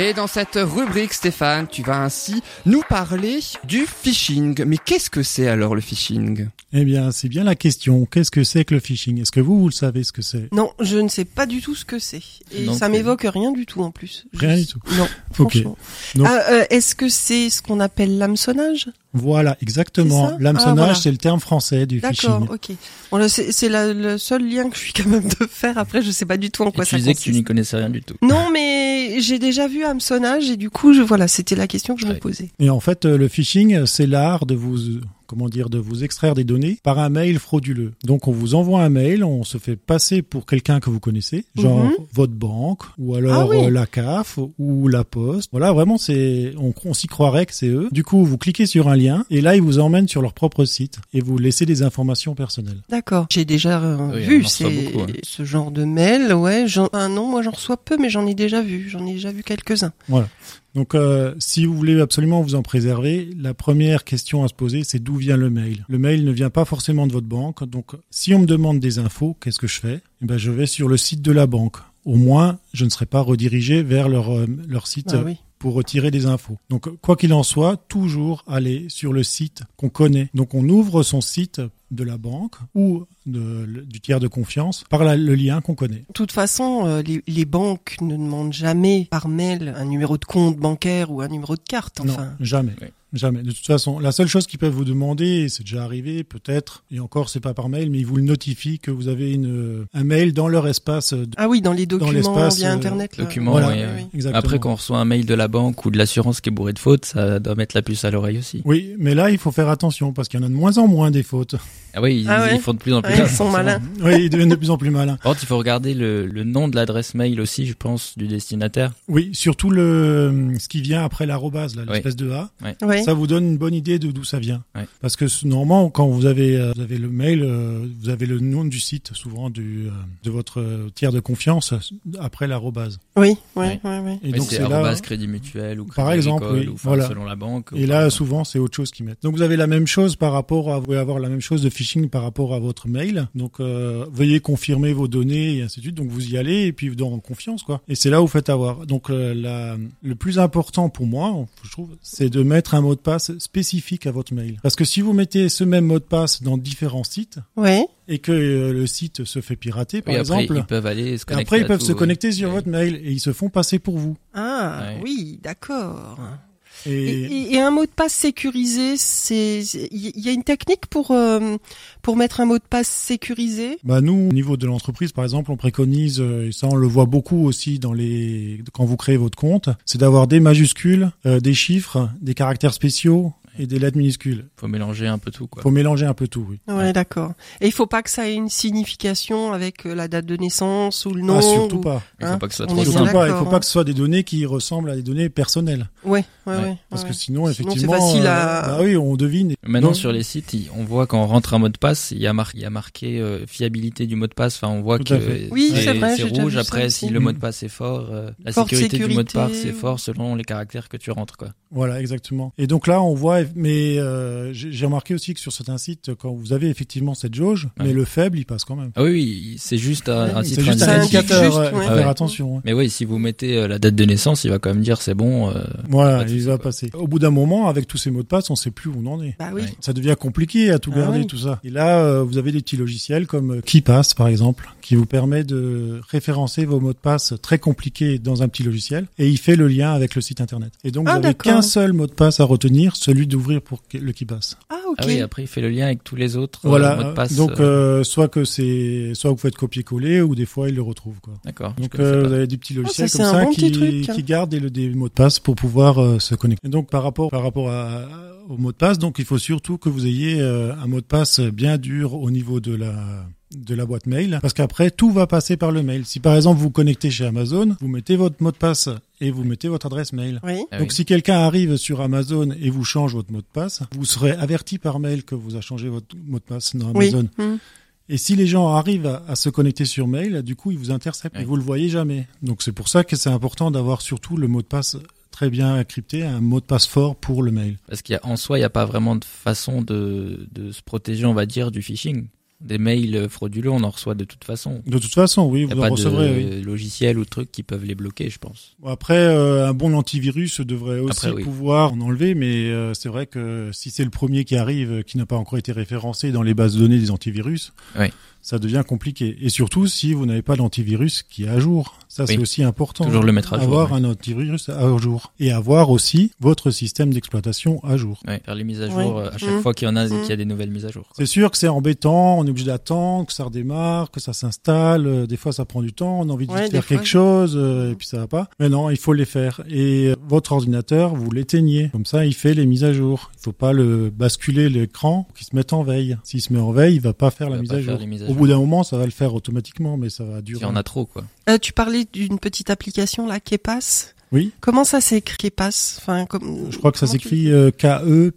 Et dans cette rubrique, Stéphane, tu vas ainsi nous parler du phishing. Mais qu'est-ce que c'est alors le phishing Eh bien, c'est bien la question. Qu'est-ce que c'est que le phishing Est-ce que vous, vous le savez ce que c'est Non, je ne sais pas du tout ce que c'est. Et Non ça plus. m'évoque rien du tout en plus. Je- Rien du tout. Non, Ok. franchement. Donc- Ah, euh, Est-ce que c'est ce qu'on appelle l'hameçonnage Voilà, C'est exactement. ça L'hameçonnage, Ah, voilà. c'est le terme français du phishing. D'accord, ok. Bon, là, c'est c'est la- le seul lien que je suis capable de faire. Après, je sais pas du tout en Et quoi tu ça disais que tu consiste. n'y connaissais rien du tout. Non, mais j'ai déjà vu hameçonnage et du coup, je, voilà, c'était la question que je me Ouais. posais. Et en fait, euh, le phishing, euh, c'est l'art de vous, euh, comment dire, de vous extraire des données par un mail frauduleux. Donc, on vous envoie un mail, on se fait passer pour quelqu'un que vous connaissez, genre Mhm. votre banque, ou alors Ah oui. euh, la CAF, ou la Poste. Voilà, vraiment, c'est, on, on s'y croirait que c'est eux. Du coup, vous cliquez sur un lien, et là, ils vous emmènent sur leur propre site, et vous laissez des informations personnelles. D'accord. J'ai déjà euh, Oui, on vu en reçoit ces- beaucoup, hein. ouais. ce genre de mail. Ouais, j'en- ah non, moi j'en reçois peu, mais j'en ai déjà vu. J'en ai déjà vu quelques-uns. Donc, euh, si vous voulez absolument vous en préserver, la première question à se poser, c'est d'où vient le mail. Le mail ne vient pas forcément de votre banque. Donc, si on me demande des infos, qu'est-ce que je fais Eh ben, je vais sur le site de la banque. Au moins, je ne serai pas redirigé vers leur, euh, leur site Ah euh, oui. pour retirer des infos. Donc, quoi qu'il en soit, toujours aller sur le site qu'on connaît. Donc, on ouvre son site de la banque ou de- le- du tiers de confiance par la- le lien qu'on connaît. De toute façon, euh, les, les banques ne demandent jamais par mail un numéro de compte bancaire ou un numéro de carte. Enfin, non, jamais. Ouais. Jamais. De toute façon, la seule chose qu'ils peuvent vous demander, et c'est déjà arrivé peut-être, et encore c'est pas par mail, mais ils vous le notifient que vous avez une, euh, un mail dans leur espace. De... ah oui, dans les documents l'espace, via euh, internet. là. documents, Voilà. oui, oui. Exactement. Après, quand on reçoit un mail de la banque ou de l'assurance qui est bourré de fautes, ça doit mettre la puce à l'oreille aussi. Oui, mais là il faut faire attention parce qu'il y en a de moins en moins des fautes. Ah oui, ils, Ah ouais. ils font de plus en plus. Ouais, ils sont malins. Oui, ils deviennent de plus en plus malins. Par contre, il faut regarder le, le nom de l'adresse mail aussi, je pense, du destinataire. Oui, surtout le ce qui vient après l'arrobase, là, Oui. l'espèce de A. Ouais. Ça vous donne une bonne idée de d'où ça vient. Ouais. Parce que ce- normalement, quand vous avez, euh, vous avez le mail, euh, vous avez le nom du site, souvent du, euh, de votre euh, tiers de confiance, après l'arrobase. Oui, ouais, ouais, ouais. Et Oui, donc c'est c'est là. arrobase crédit mutuel ou Par Crédit exemple, Agricole, oui, ou, enfin, voilà. selon la banque. Et ou là, par- souvent, c'est autre chose qu'ils mettent. Donc, vous avez la même chose par rapport à, vous pouvez avoir la même chose de phishing par rapport à votre mail. Donc, euh, veuillez confirmer vos données et ainsi de suite. Donc, vous y allez et puis vous donnez en confiance, quoi. Et c'est là où vous faites avoir. Donc, euh, la- le plus important pour moi, je trouve, c'est de mettre un mot de passe spécifique à votre mail. Parce que si vous mettez ce même mot de passe dans différents sites Ouais. et que euh, le site se fait pirater, par Oui, après, exemple, ils peuvent aller se connecter. après, ils à peuvent tout, se oui. connecter sur Oui. votre mail et ils se font passer pour vous. Ah Ouais. oui, d'accord. Et, Et, et- et un mot de passe sécurisé, c'est c'est- il y il y a une technique pour euh, pour mettre un mot de passe sécurisé. Bah nous, au niveau de l'entreprise, par exemple, on préconise, euh, et ça on le voit beaucoup aussi dans les quand vous créez votre compte, c'est d'avoir des majuscules, euh, des chiffres, des caractères spéciaux et des lettres minuscules. Faut mélanger un peu tout, quoi. Faut mélanger un peu tout, oui. Ouais, d'accord. Et il faut pas que ça ait une signification avec euh, la date de naissance ou le nom. Ah, surtout ou- pas. Il faut Hein, pas que ce soit on trop est bien Surtout simple. pas. Il d'accord, faut pas hein. que ce soit des données qui ressemblent à des données personnelles, Ouais, ouais, Ouais, ouais. parce ouais. que sinon, Sinon, c'est effectivement, facile euh, à- bah oui, on devine. Maintenant, Non. sur les sites, il- on voit quand on rentre un mot de passe, il y a, mar- il y a marqué euh, fiabilité du mot de passe. Enfin, on voit Tout à que fait. euh, Oui, c'est vrai, c'est j'ai déjà rouge. vu ça Après, si aussi. le mot de Mhm. passe est fort, euh, la Forte sécurité, du mot de sécurité, passe est ou- fort selon les caractères que tu rentres, quoi. Voilà, exactement. Et donc là, on voit, mais euh, j'ai j'ai remarqué aussi que sur certains sites, quand vous avez effectivement cette jauge, Ouais. mais le faible, il passe quand même. Ah oui, oui, c'est juste un, un Ouais, C'est titre juste indicatif. un indicateur. Juste, ouais, ouais. faut Ouais. Faire attention. ouais. Mais oui, si vous mettez euh, la date de naissance, il va quand même dire c'est bon. euh, Voilà, Pas de il souci, va quoi. passer. Au bout d'un moment, avec tous ces mots de passe, on sait plus où on en est. Bah oui. Ouais. Ça devient compliqué à tout Ah garder, oui. tout ça. Et là, euh, vous avez des petits logiciels comme euh, KeePass, par exemple, qui vous permet de référencer vos mots de passe très compliqués dans un petit logiciel, et il fait le lien avec le site internet. Et donc, Ah, vous n'avez d'accord. qu'un seul mot de passe à retenir, celui d'ouvrir pour que- le KeePass. Ah ok. Ah oui, après, il fait le lien avec tous les autres euh, voilà. mots de passe. donc, euh, euh, soit que c'est, soit vous faites copier-coller, ou des fois, il le retrouve, quoi. D'accord. je Donc connaissais euh, pas. vous avez des petits logiciels Ah, ça, comme c'est ça un bon qui, petit truc, hein. qui gardent des, des mots de passe pour pouvoir euh, se connecter. Et donc par rapport par rapport à, aux mots de passe, donc il faut surtout que vous ayez euh, un mot de passe bien dur au niveau de la de la boîte mail parce qu'après tout va passer par le mail. Si par exemple vous connectez chez Amazon, vous mettez votre mot de passe et vous mettez votre adresse mail. Oui. Ah Donc oui. si quelqu'un arrive sur Amazon et vous change votre mot de passe, vous serez averti par mail que vous a changé votre mot de passe dans Oui. Amazon. Hmm. Et si les gens arrivent à, à se connecter sur mail, du coup, ils vous interceptent et Oui. vous le voyez jamais. Donc c'est pour ça que c'est important d'avoir surtout le mot de passe très bien crypté, un mot de passe fort pour le mail. Parce qu'en soi, il n'y a pas vraiment de façon de, de se protéger, on va dire, du phishing. Des mails euh, frauduleux, on en reçoit de toute façon. De toute façon, oui, Il vous n'y a en pas recevrez. oui. de logiciel ou de trucs qui peuvent les bloquer, je pense. Après, euh, un bon antivirus devrait aussi Après, oui. pouvoir en enlever, mais euh, c'est vrai que si c'est le premier qui arrive, euh, qui n'a pas encore été référencé dans les bases de données des antivirus, Oui. ça devient compliqué. Et surtout, si vous n'avez pas d'antivirus qui est à jour, ça c'est Oui. aussi important. Toujours le mettre à jour. avoir ouais. un antivirus à jour et avoir aussi votre système d'exploitation à jour. Ouais, faire les mises à Oui. jour euh, à chaque Mhm. fois qu'il y en a, Mhm. qu'il y a des nouvelles mises à jour. quoi. C'est sûr que c'est embêtant, on est obligé d'attendre, que ça redémarre, que ça s'installe. euh, Des fois, ça prend du temps, on a envie de Ouais, vite des faire fois, quelque chose, euh, et puis ça va pas. Mais non, il faut les faire. Et euh, votre ordinateur, vous l'éteignez. Comme ça, il fait les mises à jour. Il faut pas le basculer l'écran pour qu'il se mette en veille. S'il se met en veille, il va pas faire, Il la va mise, pas à faire jour. les mises à Au jour. bout d'un moment, ça va le faire automatiquement, mais ça va durer. Il y en a trop, quoi. Euh, tu parlais d'une petite application là, Kepas. Oui. Comment ça s'écrit Kepas Enfin, comme. Je crois que ça comment tu- s'écrit euh,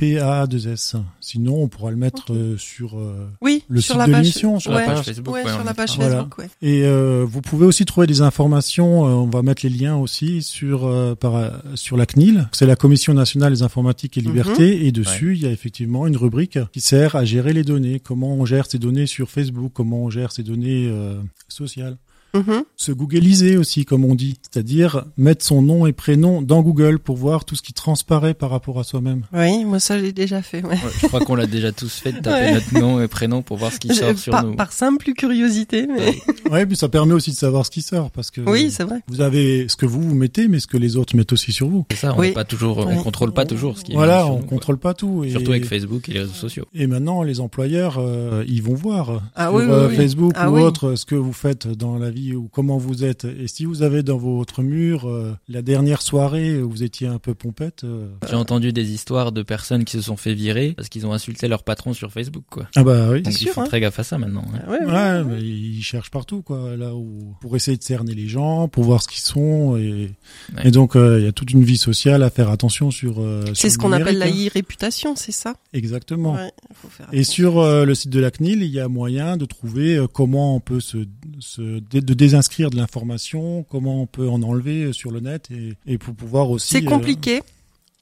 K-E-P-A-2-S. Sinon, on pourra le mettre euh, sur... euh, Oui, le sur site la de page. l'émission, sur la Ouais. page. Facebook. Ouais, ouais, sur on la est- page Voilà. Facebook, ouais. Et euh, vous pouvez aussi trouver des informations. euh, on va mettre les liens aussi sur euh, par, euh, sur la CNIL. C'est la Commission nationale des informatiques et Mhm. libertés. Et dessus, il y a effectivement une rubrique qui sert à gérer les données. Comment on gère ces données sur Facebook Comment on gère ces données euh, sociales Mhm. se googliser aussi, comme on dit, c'est-à-dire mettre son nom et prénom dans Google pour voir tout ce qui transparaît par rapport à soi-même. Oui, moi ça j'ai déjà fait. Ouais. Ouais, je crois qu'on l'a déjà tous fait de taper Ouais. notre nom et prénom pour voir ce qui J'ai- sort sur Euh, par, nous. par simple curiosité, mais Ouais, puis ça permet aussi de savoir ce qui sort parce que oui, c'est vrai. vous avez ce que vous vous mettez, mais ce que les autres mettent aussi sur vous. C'est ça, on Oui. n'est pas toujours, Ouais. on contrôle pas toujours ce qui est mis Voilà, sur on nous, quoi. contrôle pas tout. Et... Surtout avec Facebook et les réseaux sociaux. Et maintenant, les employeurs, euh, ils vont voir Ah sur oui, oui, euh, oui. Facebook Ah ou oui. autre ce que vous faites dans la vie ou comment vous êtes. Et si vous avez dans votre mur euh, la dernière soirée où vous étiez un peu pompette, euh, J'ai entendu des histoires de personnes qui se sont fait virer parce qu'ils ont insulté leur patron sur Facebook, quoi. ah bah oui. Donc C'est ils sûr, font hein. très gaffe à ça maintenant. hein. Ouais, ouais. Ouais, mais ils cherchent partout, quoi, là où pour essayer de cerner les gens, pour voir ce qu'ils sont, et, Ouais. et donc euh, il y a toute une vie sociale à faire attention sur. euh, sur C'est ce le qu'on appelle la numérique, e-réputation, c'est ça hein. Exactement. Ouais, faut faire Et attention. sur euh, le site de la CNIL, il y a moyen de trouver euh, comment on peut se, se dé- de désinscrire de l'information, comment on peut en enlever euh, sur le net et, et pour pouvoir aussi. C'est euh, compliqué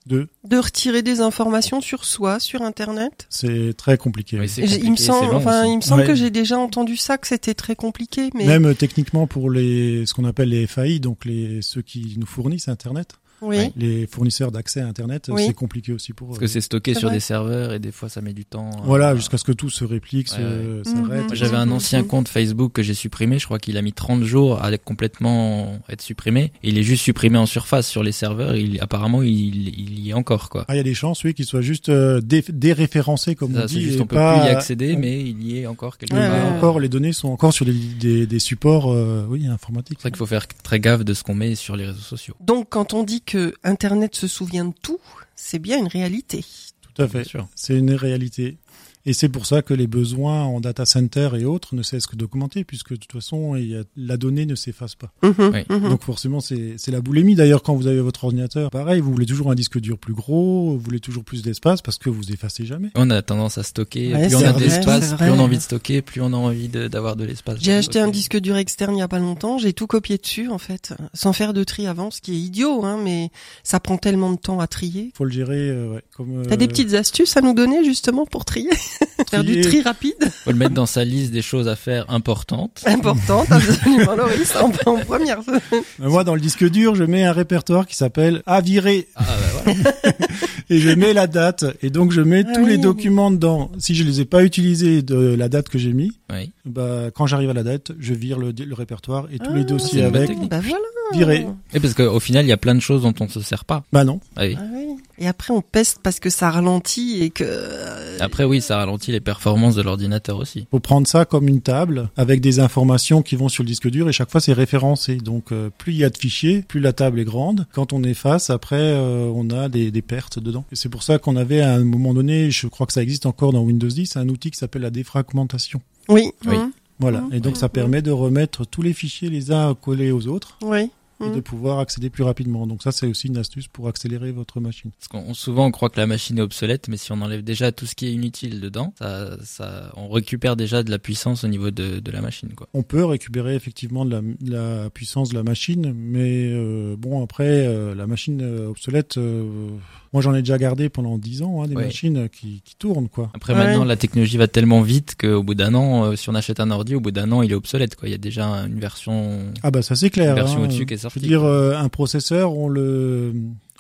de, de retirer des informations sur soi, sur Internet. c'est très compliqué. Oui, c'est J'ai- compliqué, Il me c'est semble, long enfin, aussi. il me semble Ouais. que j'ai déjà entendu ça, que c'était très compliqué, mais Même euh, techniquement pour les, ce qu'on appelle les FAI, donc les ceux qui nous fournissent Internet, oui. Ouais. les fournisseurs d'accès à Internet, euh, Oui. c'est compliqué aussi pour. Parce eux. que c'est stocké C'est sur vrai. des serveurs et des fois ça met du temps. euh, Voilà, jusqu'à ce que tout se réplique, Ouais, se- ouais. s'arrête. Mhm. Moi, J'avais un ancien compte Facebook que j'ai supprimé, je crois qu'il a mis 30 jours à complètement être supprimé. Il est juste supprimé en surface sur les serveurs, il, apparemment il, il y est encore quoi. Ah, il y a des chances, oui, qu'ils soient juste euh, dé- déréférencés, comme on Ça, dit. c'est juste et on peut pas- plus y accéder, on- mais il y est encore quelque Oui, Ouais, part. mais ouais, ouais. encore, les données sont encore sur des, des, des supports euh, oui, informatiques. C'est vrai qu'il faut faire très gaffe de ce qu'on met sur les réseaux sociaux. Donc, quand on dit que Internet se souvient de tout, c'est bien une réalité. Tout à Bien fait. sûr. C'est une réalité. Et c'est pour ça que les besoins en data center et autres ne cessent que d'augmenter, puisque de toute façon, il y a- la donnée ne s'efface pas. Mhm, Oui. mhm. Donc forcément, c'est c'est la boulimie. D'ailleurs, quand vous avez votre ordinateur, pareil, vous voulez toujours un disque dur plus gros, vous voulez toujours plus d'espace, parce que vous effacez jamais. On a tendance à stocker, Ouais, plus on c'est a vrai, d'espace, c'est plus on vrai. a envie de stocker, plus on a envie de- d'avoir de, l'espace. J'ai pour acheté un stocker. disque dur externe il y a pas longtemps, j'ai tout copié dessus en fait, sans faire de tri avant, ce qui est idiot, hein, mais ça prend tellement de temps à trier. faut le gérer euh, ouais, comme... T'as euh, des petites astuces à nous donner justement pour trier, faire du trier. tri rapide, Faut le mettre dans sa liste des choses à faire importantes. importante absolument Loris en, en première. Euh, Moi, dans le disque dur, je mets un répertoire qui s'appelle « À virer Ah, bah, voilà. et je mets la date et donc je mets Ah tous les oui. documents dedans. Si je les ai pas utilisés de la date que j'ai mis, Oui. bah quand j'arrive à la date, je vire le, le répertoire et tous Ah, les c'est dossiers une bonne avec. technique. Bah voilà. Virer. Et parce qu'au final, il y a plein de choses dont on se sert pas. Bah non. Ah oui. Ah oui. Et après on peste parce que ça ralentit et que euh, Après, oui, ça ralentit les performances de l'ordinateur aussi. Faut prendre ça comme une table avec des informations qui vont sur le disque dur et chaque fois c'est référencé. Donc euh, plus il y a de fichiers, plus la table est grande. Quand on efface, après euh, on a des, des pertes dedans. Et c'est pour ça qu'on avait à un moment donné, je crois que ça existe encore dans Windows 10, un outil qui s'appelle la défragmentation. oui, Oui. hein, Voilà. Mhm. Et donc ça permet de remettre tous les fichiers les uns collés aux autres. oui. et de pouvoir accéder plus rapidement. Donc ça, c'est aussi une astuce pour accélérer votre machine. Parce qu'on souvent on croit que la machine est obsolète, mais si on enlève déjà tout ce qui est inutile dedans, ça, ça, on récupère déjà de la puissance au niveau de, de la machine. Quoi. On peut récupérer effectivement de la, de la puissance de la machine, mais euh, bon, après, euh, la machine euh, obsolète, euh, moi j'en ai déjà gardé pendant 10 ans, hein, des Ouais. machines qui, qui tournent, quoi. Après Ouais. maintenant, la technologie va tellement vite qu'au bout d'un an, euh, si on achète un ordi, au bout d'un an, il est obsolète. Quoi. Il y a déjà une version. Ah bah ça c'est clair. Une version hein. au-dessus qui est Je veux sortie, dire, quoi. euh, un processeur, on le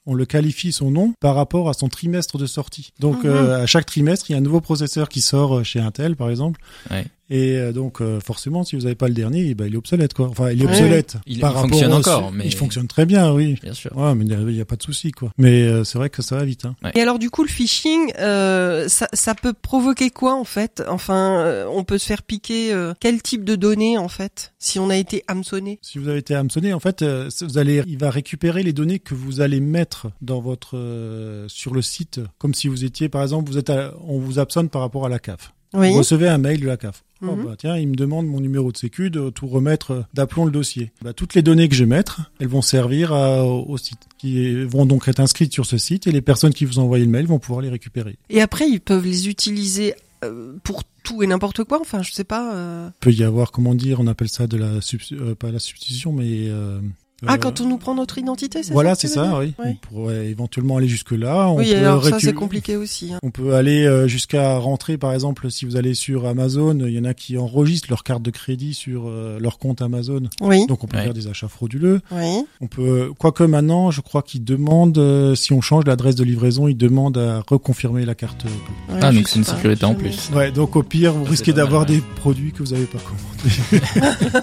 on le qualifie son nom par rapport à son trimestre de sortie. Donc Mhm. euh, à chaque trimestre, il y a un nouveau processeur qui sort euh, chez Intel, par exemple. Ouais. Et euh, donc euh, forcément, si vous n'avez pas le dernier, eh ben, il est obsolète quoi. Enfin, il est Ouais. obsolète Il- par il rapport fonctionne au- encore, mais- il fonctionne très bien, oui. Bien sûr. Ouais, mais il n'y a pas de souci quoi. Mais euh, c'est vrai que ça va vite. Hein. Et alors du coup le phishing, euh, ça, ça peut provoquer quoi en fait Enfin, euh, on peut se faire piquer euh, quel type de données en fait si on a été hameçonné Si vous avez été hameçonné, en fait, euh, vous allez, il va récupérer les données que vous allez mettre dans votre euh, sur le site, comme si vous étiez, par exemple, vous êtes, à- on vous absente par rapport à la CAF. Oui. Vous recevez un mail de la CAF. Oh, Mhm. bah, tiens, il me demande mon numéro de sécu de tout remettre euh, d'aplomb le dossier. Bah, toutes les données que je vais mettre, elles vont servir à- au au site, qui vont donc être inscrites sur ce site et les personnes qui vous ont envoyé le mail vont pouvoir les récupérer. Et après ils peuvent les utiliser euh, pour tout et n'importe quoi. Enfin, je sais pas. euh. Il peut y avoir, comment dire, on appelle ça de la subs- euh, pas la substitution, mais euh, Ah, euh, quand on nous prend notre identité, c'est voilà, ça que c'est tu veux dire ça, oui. Ouais. On pourrait éventuellement aller jusque là. on Oui, peut alors ça récu- c'est compliqué aussi. hein. On peut aller euh, jusqu'à rentrer, par exemple, si vous allez sur Amazon, il y en a qui enregistrent leur carte de crédit sur euh, leur compte Amazon. Oui, Donc on peut Ouais. faire des achats frauduleux. oui. On peut, quoique maintenant, je crois qu'ils demandent, euh, si on change l'adresse de livraison, ils demandent à reconfirmer la carte. bleue. Ouais, Ah, je donc c'est sais une pas, sécurité en jamais. plus. Ouais, donc au pire, vous Ah, c'est risquez pas mal, d'avoir ouais. des produits que vous n'avez pas commandés.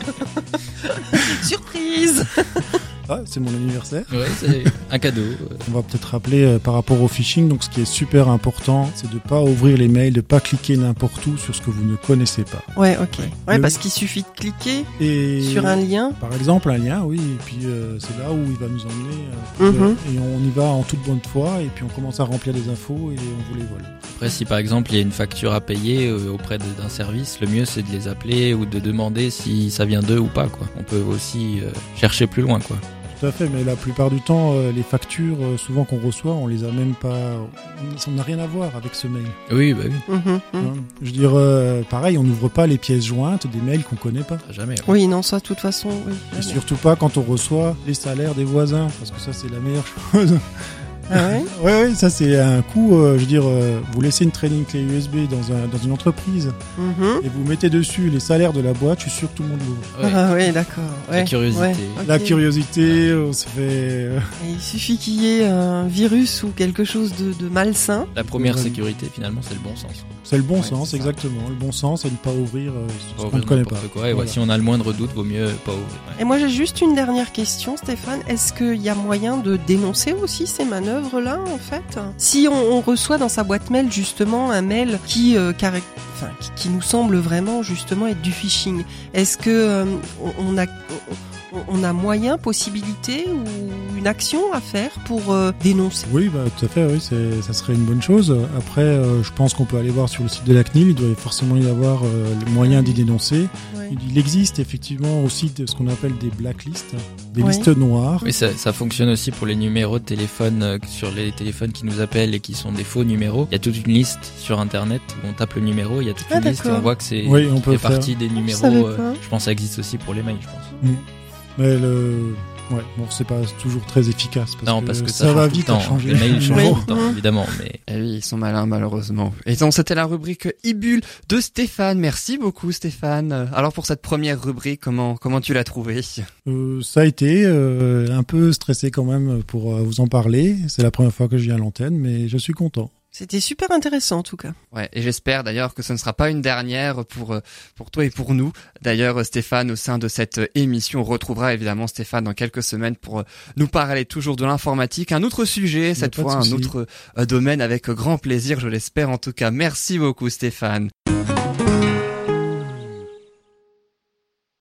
Surprise ah, c'est mon anniversaire. Ouais, c'est un cadeau. euh, On va peut-être rappeler euh, par rapport au phishing, donc ce qui est super important, c'est de pas ouvrir les mails, de pas cliquer n'importe où sur ce que vous ne connaissez pas. Ouais, ok. Ouais, Le- parce qu'il suffit de cliquer Et sur un lien. Par exemple, un lien, oui, et puis euh, c'est là où il va nous emmener. euh, Mhm. Et on y va en toute bonne foi, et puis on commence à remplir des infos et on vous les vole. Après, si par exemple il y a une facture à payer euh, auprès de- d'un service, le mieux c'est de les appeler ou de demander si ça vient d'eux ou pas. Quoi. On peut aussi euh, chercher plus loin. Quoi. Tout à fait, mais la plupart du temps, euh, les factures, euh, souvent qu'on reçoit, on les a même pas. Ça n'a rien à voir avec ce mail. Oui, bah oui, Mhm, mhm. hein. Je veux dire, euh, pareil, on n'ouvre pas les pièces jointes des mails qu'on connaît pas. jamais. hein. ouais. Oui, non, ça, de toute façon, oui. Ah Et surtout pas quand on reçoit les salaires des voisins, parce que ça, c'est la meilleure chose. Ah ouais Oui, oui, ça, c'est un coup. euh, je veux dire, euh, vous laissez une training clé USB dans, un, dans une entreprise Mhm. et vous mettez dessus les salaires de la boîte, je suis sûr que tout le monde l'ouvre. Ouais. Ah oui, d'accord. La ouais, curiosité. ouais, La ok. curiosité, on se fait. euh, Et il suffit qu'il y ait un virus ou quelque chose de, de malsain. La première Ouais. sécurité finalement c'est le bon sens. C'est le bon Ouais, sens, c'est ça. exactement. Le bon sens, c'est de ne pas ouvrir euh, ce Pas qu'on ne ouvrir connaît pas. n'importe Quoi. Et ouais, Voilà. si on a le moindre doute, vaut mieux pas ouvrir. ouais. Et moi, j'ai juste une dernière question, Stéphane. Est-ce qu'il y a moyen de dénoncer aussi ces manœuvres-là, en fait Si on, on reçoit dans sa boîte mail, justement, un mail qui, euh, carac- enfin, qui, qui nous semble vraiment, justement, être du phishing, est-ce que euh, on, on a... on- on a moyen, possibilité ou une action à faire pour euh, dénoncer. Oui, bah, tout à fait, oui, c'est- ça serait une bonne chose. Après, euh, je pense qu'on peut aller voir sur le site de la CNIL, il doit forcément y avoir euh, le moyen d'y dénoncer. Ouais. Il existe effectivement aussi de, ce qu'on appelle des blacklists, des Oui. listes noires. Oui, ça, ça fonctionne aussi pour les numéros de téléphone, euh, sur les téléphones qui nous appellent et qui sont des faux numéros. Il y a toute une liste sur internet où on tape le numéro, il y a toute Ah, une liste et d'accord. on voit que c'est Oui, on qui peut fait faire. partie des numéros. savais euh, pas. je pense que ça existe aussi pour les mails, je pense. Mais le... ouais, bon, c'est pas toujours très efficace. Parce non, que parce que ça, ça, change va tout vite le temps. à changer. Les mails changent Oui. tout le temps, évidemment. Mais Eh oui, ils sont malins malheureusement. Et donc c'était la rubrique Ibule de Stéphane. Merci beaucoup Stéphane. Alors pour cette première rubrique, comment comment tu l'as trouvée Euh, ça a été euh, un peu stressé quand même pour euh, vous en parler. C'est la première fois que je viens à l'antenne, mais je suis content. C'était super intéressant en tout cas. Ouais, et j'espère d'ailleurs que ce ne sera pas une dernière pour euh, pour toi et pour nous. D'ailleurs, euh, Stéphane, au sein de cette euh, émission, on retrouvera évidemment Stéphane dans quelques semaines pour euh, nous parler toujours de l'informatique, un autre sujet, cette pas de fois un souci. autre euh, domaine avec grand plaisir, je l'espère en tout cas. Merci beaucoup Stéphane.